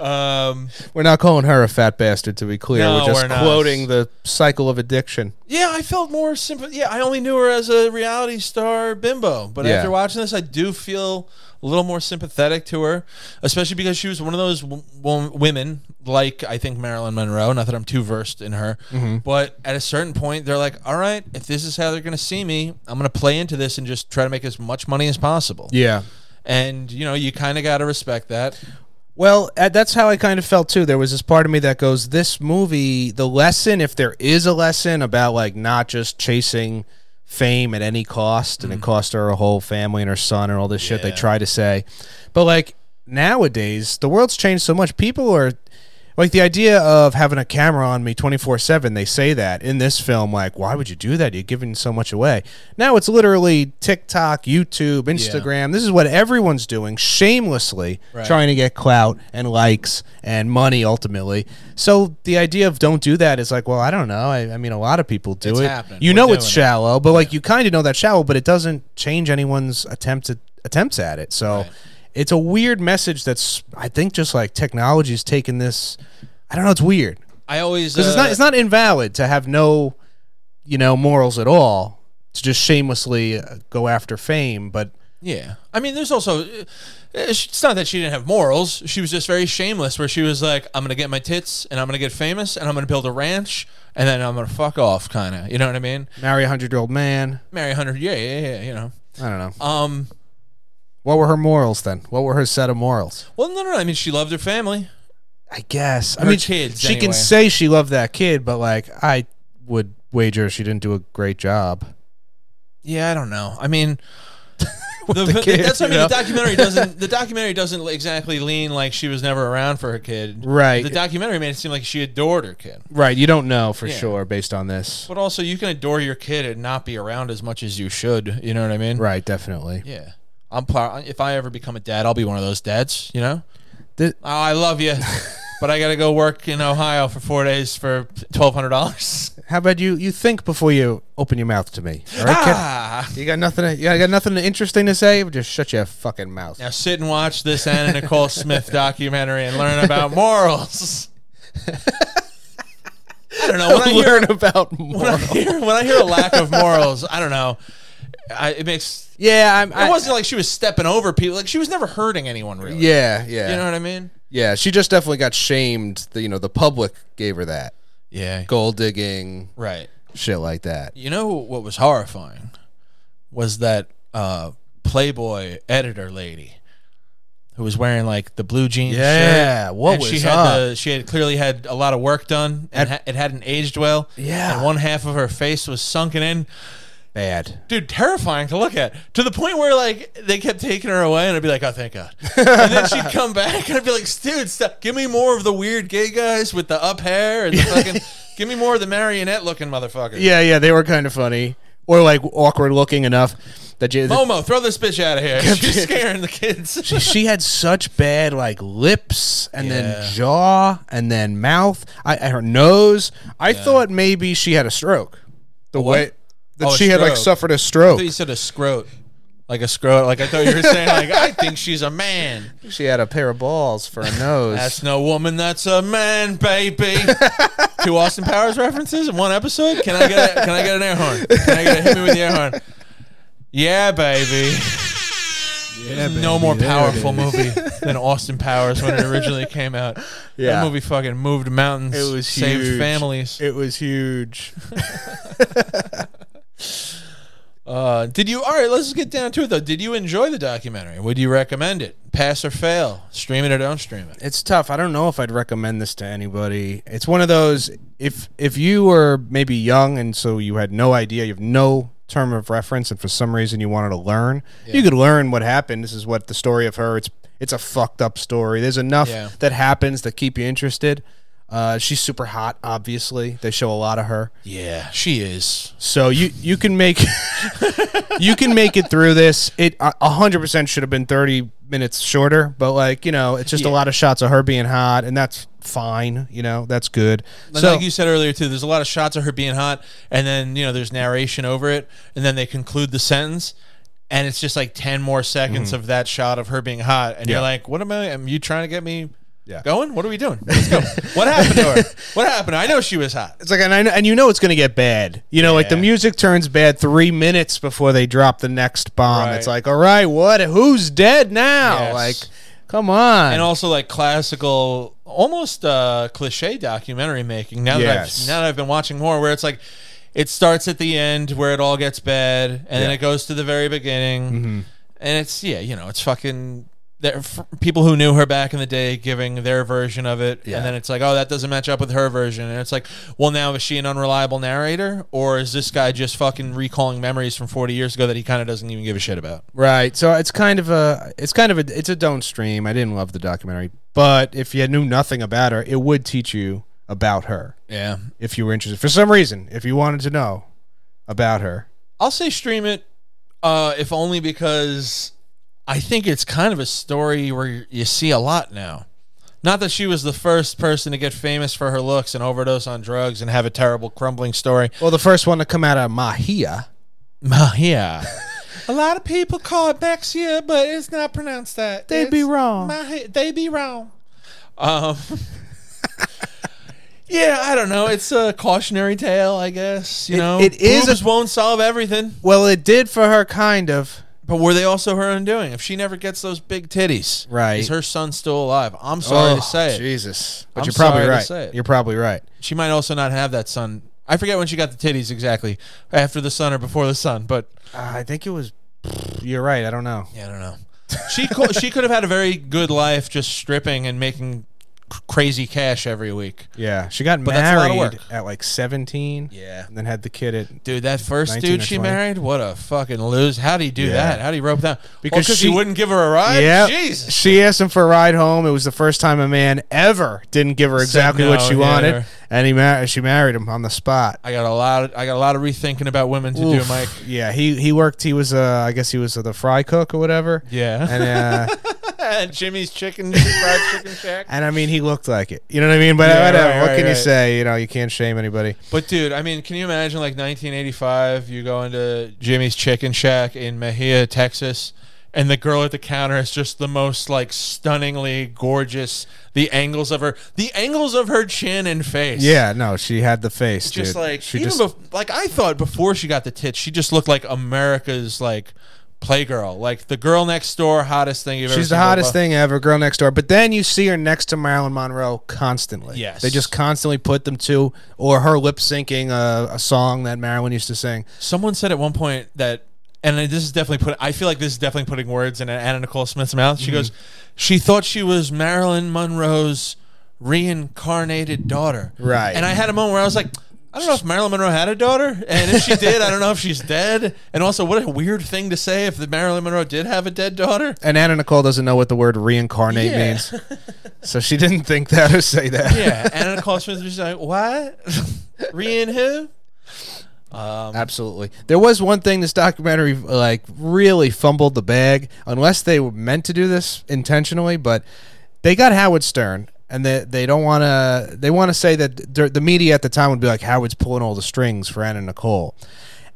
S1: Um,
S2: We're not calling her a fat bastard, to be clear.
S1: No,
S2: we're just
S1: we're not.
S2: quoting the sycle of addiction.
S1: yeah, I felt more sympathy. Yeah, I only knew her as a reality star bimbo, but
S2: Yeah.
S1: after watching this, I do feel a little more sympathetic to her, especially because she was one of those w- wo- women, like I think Marilyn Monroe. Not that I'm too versed in her,
S2: Mm-hmm.
S1: but at a certain point, they're like, "All right, if this is how they're going to see me, I'm going to play into this and just try to make as much money as possible."
S2: Yeah.
S1: And you know, you kind of got to respect that.
S2: Well, uh, that's how I kind of felt too. There was this part of me that goes, this movie, the lesson, if there is a lesson about like not just chasing fame at any cost, and it cost her a whole family and her son and all this shit they
S1: Yeah.
S2: try to say. But like nowadays, the world's changed so much. People are like the idea of having a camera on me 24-7 they say that in this film like why would you do that you're giving so much away now it's literally tiktok youtube instagram this is what everyone's doing shamelessly
S1: Right.
S2: trying to get clout and likes and money ultimately so the idea of don't do that is like well i don't know i, I mean a lot of people do
S1: It's
S2: it
S1: happening.
S2: you
S1: We're
S2: know
S1: doing
S2: it's
S1: it.
S2: shallow but like you kind of know that shallow but it doesn't change anyone's attempt at, attempts at it so
S1: Right.
S2: it's a weird message that's i think just like technology's taken this i don't know it's weird
S1: I always
S2: because it's
S1: uh,
S2: not it's not invalid to have no you know morals at all to just shamelessly uh, go after fame but
S1: Yeah, I mean, there's also uh, it's not that she didn't have morals. She was just very shameless, where she was like, "I'm gonna get my tits, and I'm gonna get famous, and I'm gonna build a ranch, and then I'm gonna fuck off," kind of. You know what I mean?
S2: marry a hundred year old man
S1: Marry a hundred, yeah, yeah, yeah. You know.
S2: i don't know
S1: Um.
S2: what were her morals then what were her set of morals
S1: Well, no, no, no. I mean, she loved her family.
S2: i guess i
S1: Her
S2: mean
S1: kids,
S2: she can
S1: anyway.
S2: say she loved that kid but like i would wager she didn't do a great job
S1: Yeah, I don't know. I mean, the,
S2: the kid,
S1: that's what I
S2: you
S1: mean. The
S2: know?
S1: documentary doesn't. The documentary doesn't exactly lean like she was never around for her kid.
S2: Right.
S1: The documentary made it seem like she adored her kid.
S2: right you don't know for
S1: Yeah.
S2: sure based on this
S1: But also, you can adore your kid and not be around as much as you should. You know what I mean?
S2: right definitely
S1: Yeah. I'm par- if I ever become a dad, I'll be one of those dads, you know?
S2: Thi-
S1: oh, I love you, but I got to go work in Ohio for 4 days for $1200.
S2: How about you? You think before you open your mouth to me. All right, kid?
S1: Ah!
S2: You got nothing. To, you got nothing interesting to say. Just shut your fucking mouth.
S1: Now sit and watch this Anna Nicole Smith documentary and learn about morals. I don't know. When I, hear,
S2: learn about
S1: when, I
S2: more.
S1: hear, when I hear a lack of morals, I don't know. I, it makes.
S2: Yeah, I'm.
S1: It
S2: I,
S1: wasn't like she was stepping over people. Like she was never hurting anyone, really.
S2: yeah, yeah,
S1: You know what I mean?
S2: yeah. She just definitely got shamed. The, you know, the public gave her that
S1: Yeah.
S2: gold digging
S1: Right.
S2: shit like that.
S1: You know what was horrifying was that uh, Playboy editor lady who was wearing like the blue jeans. shirt,
S2: what
S1: and she had the she had clearly had a lot of work done and ha- it hadn't aged well.
S2: Yeah.
S1: and one half of her face was sunken in.
S2: bad?
S1: Dude, terrifying to look at. To the point where like they kept taking her away, and I'd be like, "Oh, thank God." and then she'd come back, and I'd be like, "Dude, stop. give me more of the weird gay guys with the up hair and the fucking. give me more of the marionette looking motherfucker."
S2: Yeah, yeah. They were kind of funny, or like awkward looking enough that you.
S1: Momo, throw this bitch out of here. She's scaring the kids.
S2: she, she had such bad like lips and
S1: Yeah.
S2: then jaw and then mouth I, and her nose i thought maybe she had a stroke the way that
S1: Oh, a
S2: she had like
S1: stroke.
S2: suffered a stroke
S1: you said a scrote. Like a scrote. Like I thought you were saying, like, I think she's a man.
S2: she had a pair of balls for a nose
S1: That's no woman, that's a man, baby. Two Austin Powers references in one episode? Can I get a, can I get an air horn? Can I get a hit me with the air horn? Yeah, baby.
S3: Yeah, baby,
S1: no more
S3: there it
S1: powerful
S3: is.
S1: movie than Austin Powers when it originally came out.
S2: Yeah.
S1: That movie fucking moved mountains.
S2: It was
S1: saved
S2: huge.
S1: families.
S2: it was huge
S1: Uh, did you? All right, let's just get down to it though. Did you enjoy the documentary? Would you recommend it? Pass or fail? Stream it or don't stream it?
S2: it's tough i don't know if i'd recommend this to anybody it's one of those if if you were maybe young and so you had no idea you have no term of reference and for some reason you wanted to learn you could learn what happened this is what the story of her it's it's a fucked up story there's enough
S1: Yeah.
S2: that happens that keep you interested uh, she's super hot obviously they show a lot of her
S1: Yeah, she is.
S2: so you you can make you can make it through this. It a hundred percent should have been thirty minutes shorter, but like you know, it's just a lot of shots of her being hot, and that's fine. You know, that's good.
S1: And
S2: so
S1: like you said earlier too, there's a lot of shots of her being hot, and then you know there's narration over it, and then they conclude the sentence, and it's just like ten more seconds of that shot of her being hot, and
S2: Mm-hmm. Yeah.
S1: you're like, what am I? Am you trying to get me?
S2: Yeah.
S1: Going? What are we doing? Let's go. what happened to her? What happened? I know she was hot.
S2: It's like, and, I, know- and you know it's going to get bad. You know, like the
S1: Yeah.
S2: music turns bad three minutes before they drop the next bomb. It's
S1: Right.
S2: like, all right, what? Who's dead now?
S1: Yes.
S2: Like, come on.
S1: And also like classical, almost uh, cliche documentary making. Now
S2: Yes.
S1: that I've now that I've been watching more, where it's like it starts at the end where it all gets bad, and then
S2: Yeah. Mm-hmm.
S1: it goes to the very beginning, and it's yeah, you know, it's fucking. There, f- people who knew her back in the day giving their version of it,
S2: Yeah.
S1: and then it's like, oh, that doesn't match up with her version, and it's like, well, now is she an unreliable narrator, or is this guy just fucking recalling memories from forty years ago that he kind of doesn't even give a shit about?
S2: Right. So it's kind of a it's kind of a it's a don't stream. I didn't love the documentary, but if you knew nothing about her, it would teach you about her
S1: Yeah,
S2: if you were interested. For some reason, if you wanted to know about her.
S1: I'll say stream it, uh, if only because I think it's kind of a story where you see a lot now. Not that she was the first person to get famous for her looks and overdose on drugs and have a terrible crumbling story.
S2: Well, the first one to come out of Mahia.
S1: Mahia. a lot of people call it Baxia, but it's not pronounced that.
S2: They'd be
S1: It's
S2: wrong.
S1: Mahi- they be wrong. Um, yeah, I don't know. It's a cautionary tale, I guess. You
S2: It-
S1: know,
S2: it is a-
S1: Boobs won't solve everything.
S2: Well, it did for her kind of.
S1: But were they also her undoing? If she never gets those big titties,
S2: Right.
S1: Is her son still alive? I'm sorry to
S2: Oh,
S1: say it.
S2: Jesus. But
S1: I'm
S2: you're probably
S1: sorry to
S2: right.
S1: say it.
S2: You're probably right.
S1: She might also not have that son. I forget when she got the titties exactly, after the son or before the son. But
S2: Uh, I think it was You're right. I don't know.
S1: yeah, I don't know. She co- she could have had a very good life just stripping and making c- crazy cash every week.
S2: Yeah. She got
S1: But that's a lot of
S2: married
S1: work.
S2: at like 17
S1: Yeah,
S2: and then had the kid at
S1: dude, that first
S2: 19
S1: dude
S2: or
S1: she
S2: 20.
S1: married, what a fucking lose. How do you do
S2: Yeah.
S1: that? How do you rope that?
S2: Because
S1: Because she,
S2: she-
S1: wouldn't give her a ride.
S2: Yeah.
S1: Jesus.
S2: She asked him for a ride home. It was the first time a man ever didn't give her exactly what
S1: no,
S2: she
S1: yeah.
S2: wanted, and he mar- she married him on the spot.
S1: I got a lot. Of, I got a lot of rethinking about women to do,
S2: Oof.
S1: Mike.
S2: Yeah, he he worked. He was, uh, I guess, he was uh, the fry cook or whatever.
S1: Yeah.
S2: And uh,
S1: At Jimmy's Chicken Fried Chicken Shack.
S2: and I mean, he looked like it. You know what I mean? But
S1: Yeah,
S2: whatever.
S1: right,
S2: what
S1: right,
S2: can you
S1: right.
S2: say? You know, you can't shame anybody.
S1: But dude, I mean, can you imagine like 1985? You go into Jimmy's Chicken Shack in Mejia, Texas, and the girl at the counter is just the most like stunningly gorgeous. The angles of her, the angles of her chin and face.
S2: Yeah, no, she had the face,
S1: just
S2: dude.
S1: like
S2: she
S1: even
S2: just
S1: bef- like I thought before she got the tits, she just looked like America's like playgirl, like the girl next door, hottest thing you've ever.
S2: She's the
S1: seen, blah,
S2: hottest
S1: blah.
S2: thing ever, girl next door. But then you see her next to Marilyn Monroe constantly.
S1: Yes.
S2: They just constantly put them to, or her lip syncing a, a song that Marilyn used to sing.
S1: Someone said at one point that, and this is definitely put. I feel like this is definitely putting words in Anna Nicole Smith's mouth.
S2: Mm-hmm.
S1: She goes, she thought she was Marilyn Monroe's reincarnated daughter.
S2: Right.
S1: And I had a moment where I was like. I don't know if Marilyn Monroe had a daughter, and if she did, I don't know if she's dead. And also, what a weird thing to say if the Marilyn Monroe did have a dead daughter.
S2: And Anna Nicole doesn't know what the word reincarnate
S1: Yeah.
S2: means. So she didn't think that or say that.
S1: Yeah, Anna Nicole Smith was just like, what? Rein who? Um,
S2: Absolutely. There was one thing this documentary like really fumbled the bag, unless they were meant to do this intentionally, but they got Howard Stern and they, they don't want to they want to say that the the media at the time would be like Howard's pulling all the strings for Anna Nicole.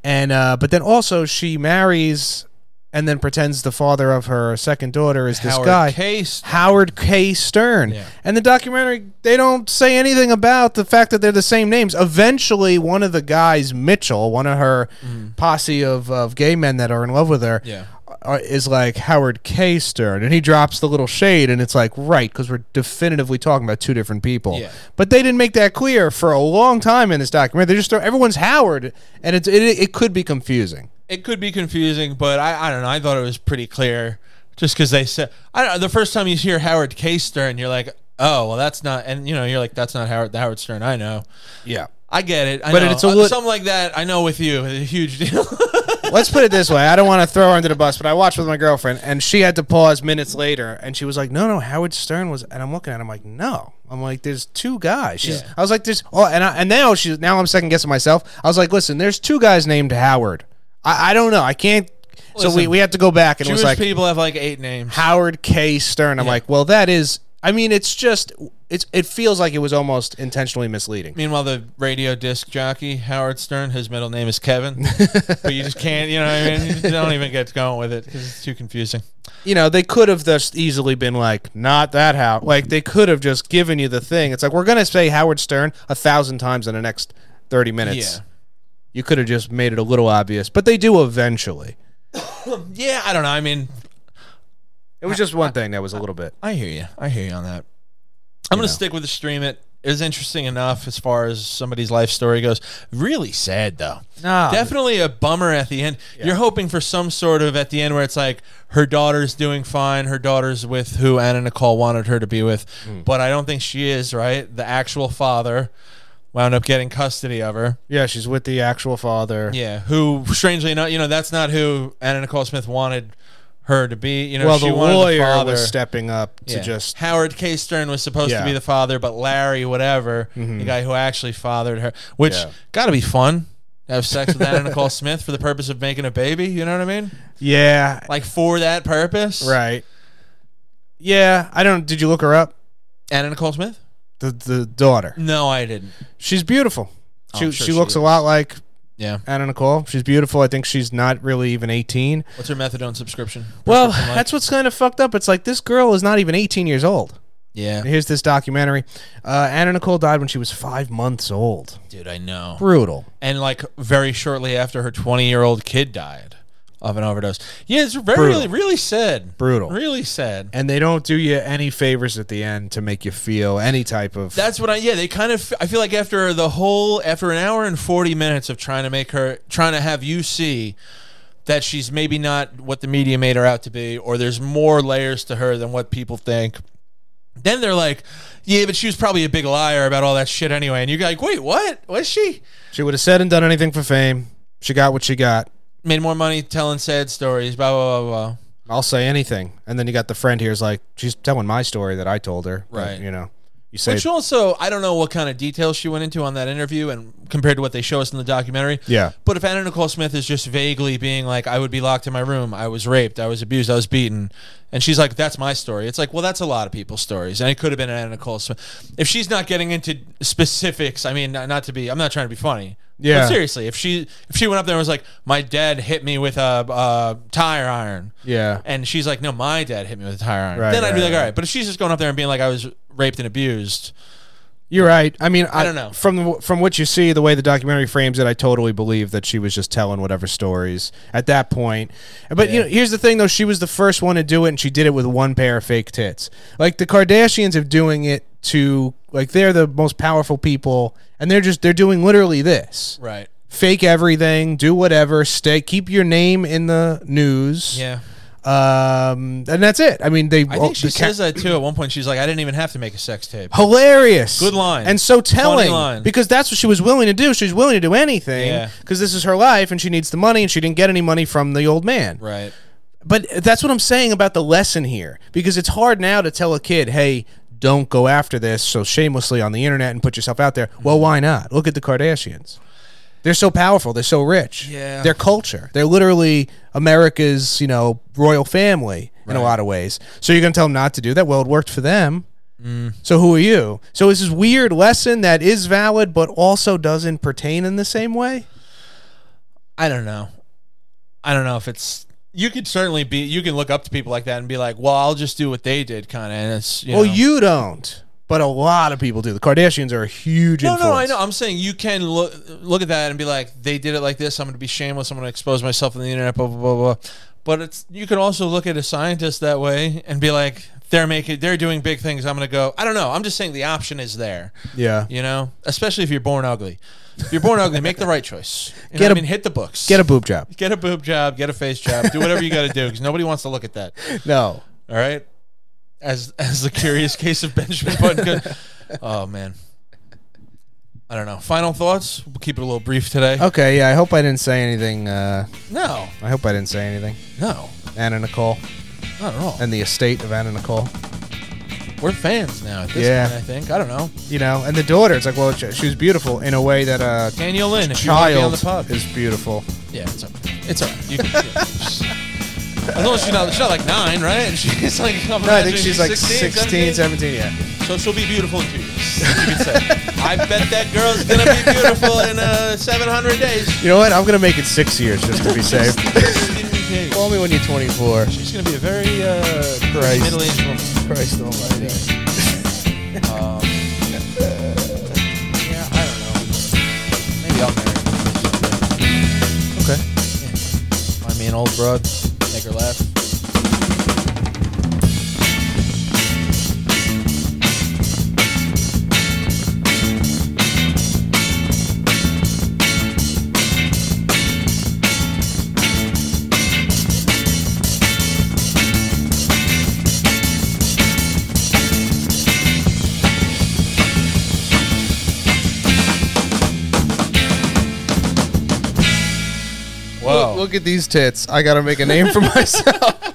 S2: And uh, but then also she marries and then pretends the father of her second daughter is this
S1: Howard
S2: guy.
S1: Case.
S2: Howard K. Stern.
S1: Yeah.
S2: And the documentary, they don't say anything about the fact that they're the same names. Eventually, one of the guys, Mitchell, one of her posse of, of gay men that are in love with her,
S1: Mm-hmm. Yeah.
S2: uh, is like Howard K. Stern. And he drops the little shade, and it's like, right, because we're definitively talking about two different people.
S1: Yeah.
S2: But they didn't make that clear for a long time in this documentary. They just throw everyone's Howard, and it's, it, it could be confusing.
S1: it could be confusing, but I, I don't know. I thought it was pretty clear just because they said, I don't know. The first time you hear Howard K. Stern, you're like, oh, well, that's not, and you know, you're like, that's not Howard, the Howard Stern I know.
S2: Yeah.
S1: I get it. I
S2: But
S1: know.
S2: it's a
S1: Uh,
S2: lit-
S1: something like that. I know with you, a huge deal.
S2: Let's put it this way. I don't want to throw her under the bus, but I watched with my girlfriend, and she had to pause minutes later, and she was like, "No, no, Howard Stern was." And I'm looking at him like, "No." I'm like, "There's two guys." She's.
S1: Yeah.
S2: I was like, "There's." Oh, and I, and now she's now I'm second guessing myself. I was like, "Listen, there's two guys named Howard. I, I don't know. I can't." so we
S1: Listen,
S2: we had to go back, and it
S1: Jewish
S2: was like
S1: people have like eight names.
S2: Howard K. Stern. I'm like, "Well, that is." I mean, it's just it's it feels like it was almost intentionally misleading.
S1: Meanwhile, the radio disc jockey, Howard Stern, his middle name is Kevin. but you just can't, you know what I mean? You don't even get going with it because it's too confusing.
S2: you know, they could have just easily been like, not that how. Like, they could have just given you the thing. It's like, we're going to say Howard Stern a thousand times in the next 30 minutes.
S1: Yeah.
S2: You could have just made it a little obvious, but they do eventually.
S1: Yeah, I don't know. I mean,
S2: It was just one thing that was a little bit.
S1: I hear you. I hear you on that. I'm going to stick with the stream. It is interesting enough as far as somebody's life story goes. Really sad, though.
S2: No.
S1: Definitely a bummer at the end. You're hoping for some sort of at the end where it's like her daughter's doing fine, her daughter's with who Anna Nicole wanted her to be with, but I don't think she is, right? The actual father wound up getting custody of her.
S2: Yeah, she's with the actual father.
S1: Yeah, who strangely enough, you know, that's not who Anna Nicole Smith wanted her to be. You know,
S2: well,
S1: she
S2: the
S1: wanted
S2: lawyer
S1: the father.
S2: was stepping up to
S1: Yeah.
S2: just.
S1: Howard K. Stern was supposed
S2: Yeah. Mm-hmm.
S1: to be the father, but Larry, whatever, the guy who actually fathered her, which
S2: Yeah.
S1: got to be fun. to Have sex with Anna Nicole Smith for the purpose of making a baby. You know what I mean?
S2: Yeah,
S1: Like for that purpose,
S2: right. Yeah, I don't. Did you look her up?
S1: Anna Nicole Smith?
S2: The the daughter.
S1: No, I didn't.
S2: She's beautiful. She
S1: Oh, I'm sure she
S2: she looks a
S1: is.
S2: lot like
S1: Yeah.
S2: Anna Nicole. She's beautiful. I think she's not really even 18.
S1: What's her methadone subscription?
S2: Well,
S1: Prescription like?
S2: that's what's kind of fucked up. It's like this girl is not even 18 years old.
S1: yeah,
S2: Here's this documentary. Uh, Anna Nicole died when she was five months old.
S1: dude, I know.
S2: Brutal.
S1: and like very shortly after her 20 year old kid died of an overdose. Yeah, it's very
S2: Brutal.
S1: really, really sad.
S2: Brutal.
S1: Really sad.
S2: And they don't do you any favors at the end to make you feel any type of.
S1: That's what I yeah, they kind of I feel like after the whole after an hour and 40 minutes of trying to make her trying to have you see that she's maybe not what the media made her out to be or there's more layers to her than what people think. Then they're like, yeah, but she was probably a big liar about all that shit anyway. And you're like, wait, what? Was she?
S2: she would have said and done anything for fame. She got what she got.
S1: Made more money telling sad stories, blah, blah, blah, blah.
S2: I'll say anything. And then you got the friend here's like, she's telling my story that I told her. But,
S1: Right.
S2: you know, you say.
S1: Which also, I don't know what kind of details she went into on that interview and compared to what they show us in the documentary.
S2: Yeah.
S1: But if Anna Nicole Smith is just vaguely being like, I would be locked in my room, I was raped, I was abused, I was beaten, and she's like, that's my story. It's like, well, that's a lot of people's stories. And it could have been Anna Nicole Smith. If she's not getting into specifics, I mean, not, not to be, I'm not trying to be funny.
S2: Yeah.
S1: But seriously, if she if she went up there and was like, my dad hit me with a, a tire iron.
S2: Yeah.
S1: And she's like, "No, my dad hit me with a tire iron."
S2: Right,
S1: then I'd be
S2: right,
S1: like, "All
S2: right.
S1: right." But if she's just going up there and being like, "I was raped and abused,"
S2: You're right. I mean, I,
S1: don't know.
S2: From the, from what you see, the way the documentary frames it, I totally believe that she was just telling whatever stories at that point. But you know, here's the thing though: she was the first one to do it, and she did it with one pair of fake tits. Like the Kardashians are doing it to like they're the most powerful people, and they're just they're doing literally this:
S1: right?
S2: fake everything, do whatever, stay, keep your name in the news,
S1: Yeah,
S2: Um, and that's it. I mean, they
S1: I think she
S2: the ca-
S1: says that too. At one point, she's like, "I didn't even have to make a sex tape."
S2: hilarious
S1: Good line.
S2: and so telling
S1: line.
S2: because that's what she was willing to do she was willing to do anything
S1: Yeah.
S2: because this is her life and she needs the money and she didn't get any money from the old man
S1: Right?
S2: but that's what i'm saying about the lesson here because it's hard now to tell a kid hey don't go after this so shamelessly on the internet and put yourself out there well why not look at the kardashians they're so powerful they're so rich
S1: Yeah.
S2: their culture they're literally america's you know royal family in a
S1: Right.
S2: lot of ways so you're going to tell them not to do that well it worked for them
S1: Mm.
S2: so who are you? So it's this weird lesson that is valid but also doesn't pertain in the same way.
S1: I don't know. I don't know if it's. You could certainly be. You can look up to people like that and be like, "Well, I'll just do what they did," kind of. And it's you
S2: Well,
S1: know.
S2: you don't, but a lot of people do. The Kardashians are a huge
S1: No,
S2: influence.
S1: no, I know. I'm saying you can look look at that and be like, "They did it like this. I'm going to be shameless. I'm going to expose myself on the internet." Blah blah blah blah. But it's you can also look at a scientist that way and be like, "They're making, they're doing big things. I'm going to go." I don't know. I'm just saying the option is there.
S2: Yeah.
S1: You know, especially if you're born ugly. If you're born ugly, make the right choice. You know
S2: Get
S1: what
S2: a-
S1: I mean, hit the books.
S2: Get a boob job.
S1: get a boob job, get a face job, do whatever you got to do because nobody wants to look at that.
S2: No.
S1: All right, as as the curious case of Benjamin Button. Could, oh man, I don't know. Final thoughts. We'll keep it a little brief today.
S2: Okay, yeah, I hope I didn't say anything. Uh,
S1: No,
S2: I hope I didn't say anything.
S1: no,
S2: Anna Nicole
S1: not at all.
S2: and the estate of Anna Nicole.
S1: We're fans now. At this
S2: Yeah.
S1: point, I think. I don't know.
S2: You know, and the daughter, it's like, well, she, she was beautiful in a way that a
S1: Daniel Lynn, if you want to be on
S2: child
S1: the pod.
S2: is beautiful.
S1: Yeah, it's okay. It's all right. You can, yeah. As long as she's not, she's not like nine, right? And she's like, I'm
S2: No, I think
S1: imagining
S2: she's like 16,
S1: 16,
S2: 17, yeah.
S1: So she'll be beautiful in two years. You could say. I bet that girl's gonna be beautiful in uh, 700 days.
S2: You know what? I'm going to make it six years just to be safe.
S1: Just in case.
S2: Call me when you're 24.
S1: She's gonna be a very uh,
S2: Christ.
S1: middle-aged woman.
S2: Christ almighty.
S1: Um, yeah, I don't know. Maybe I'll marry. her. Okay. Yeah. Find me an old broad, make her laugh. Whoa.
S2: Look, look at these tits. I gotta make a name for myself.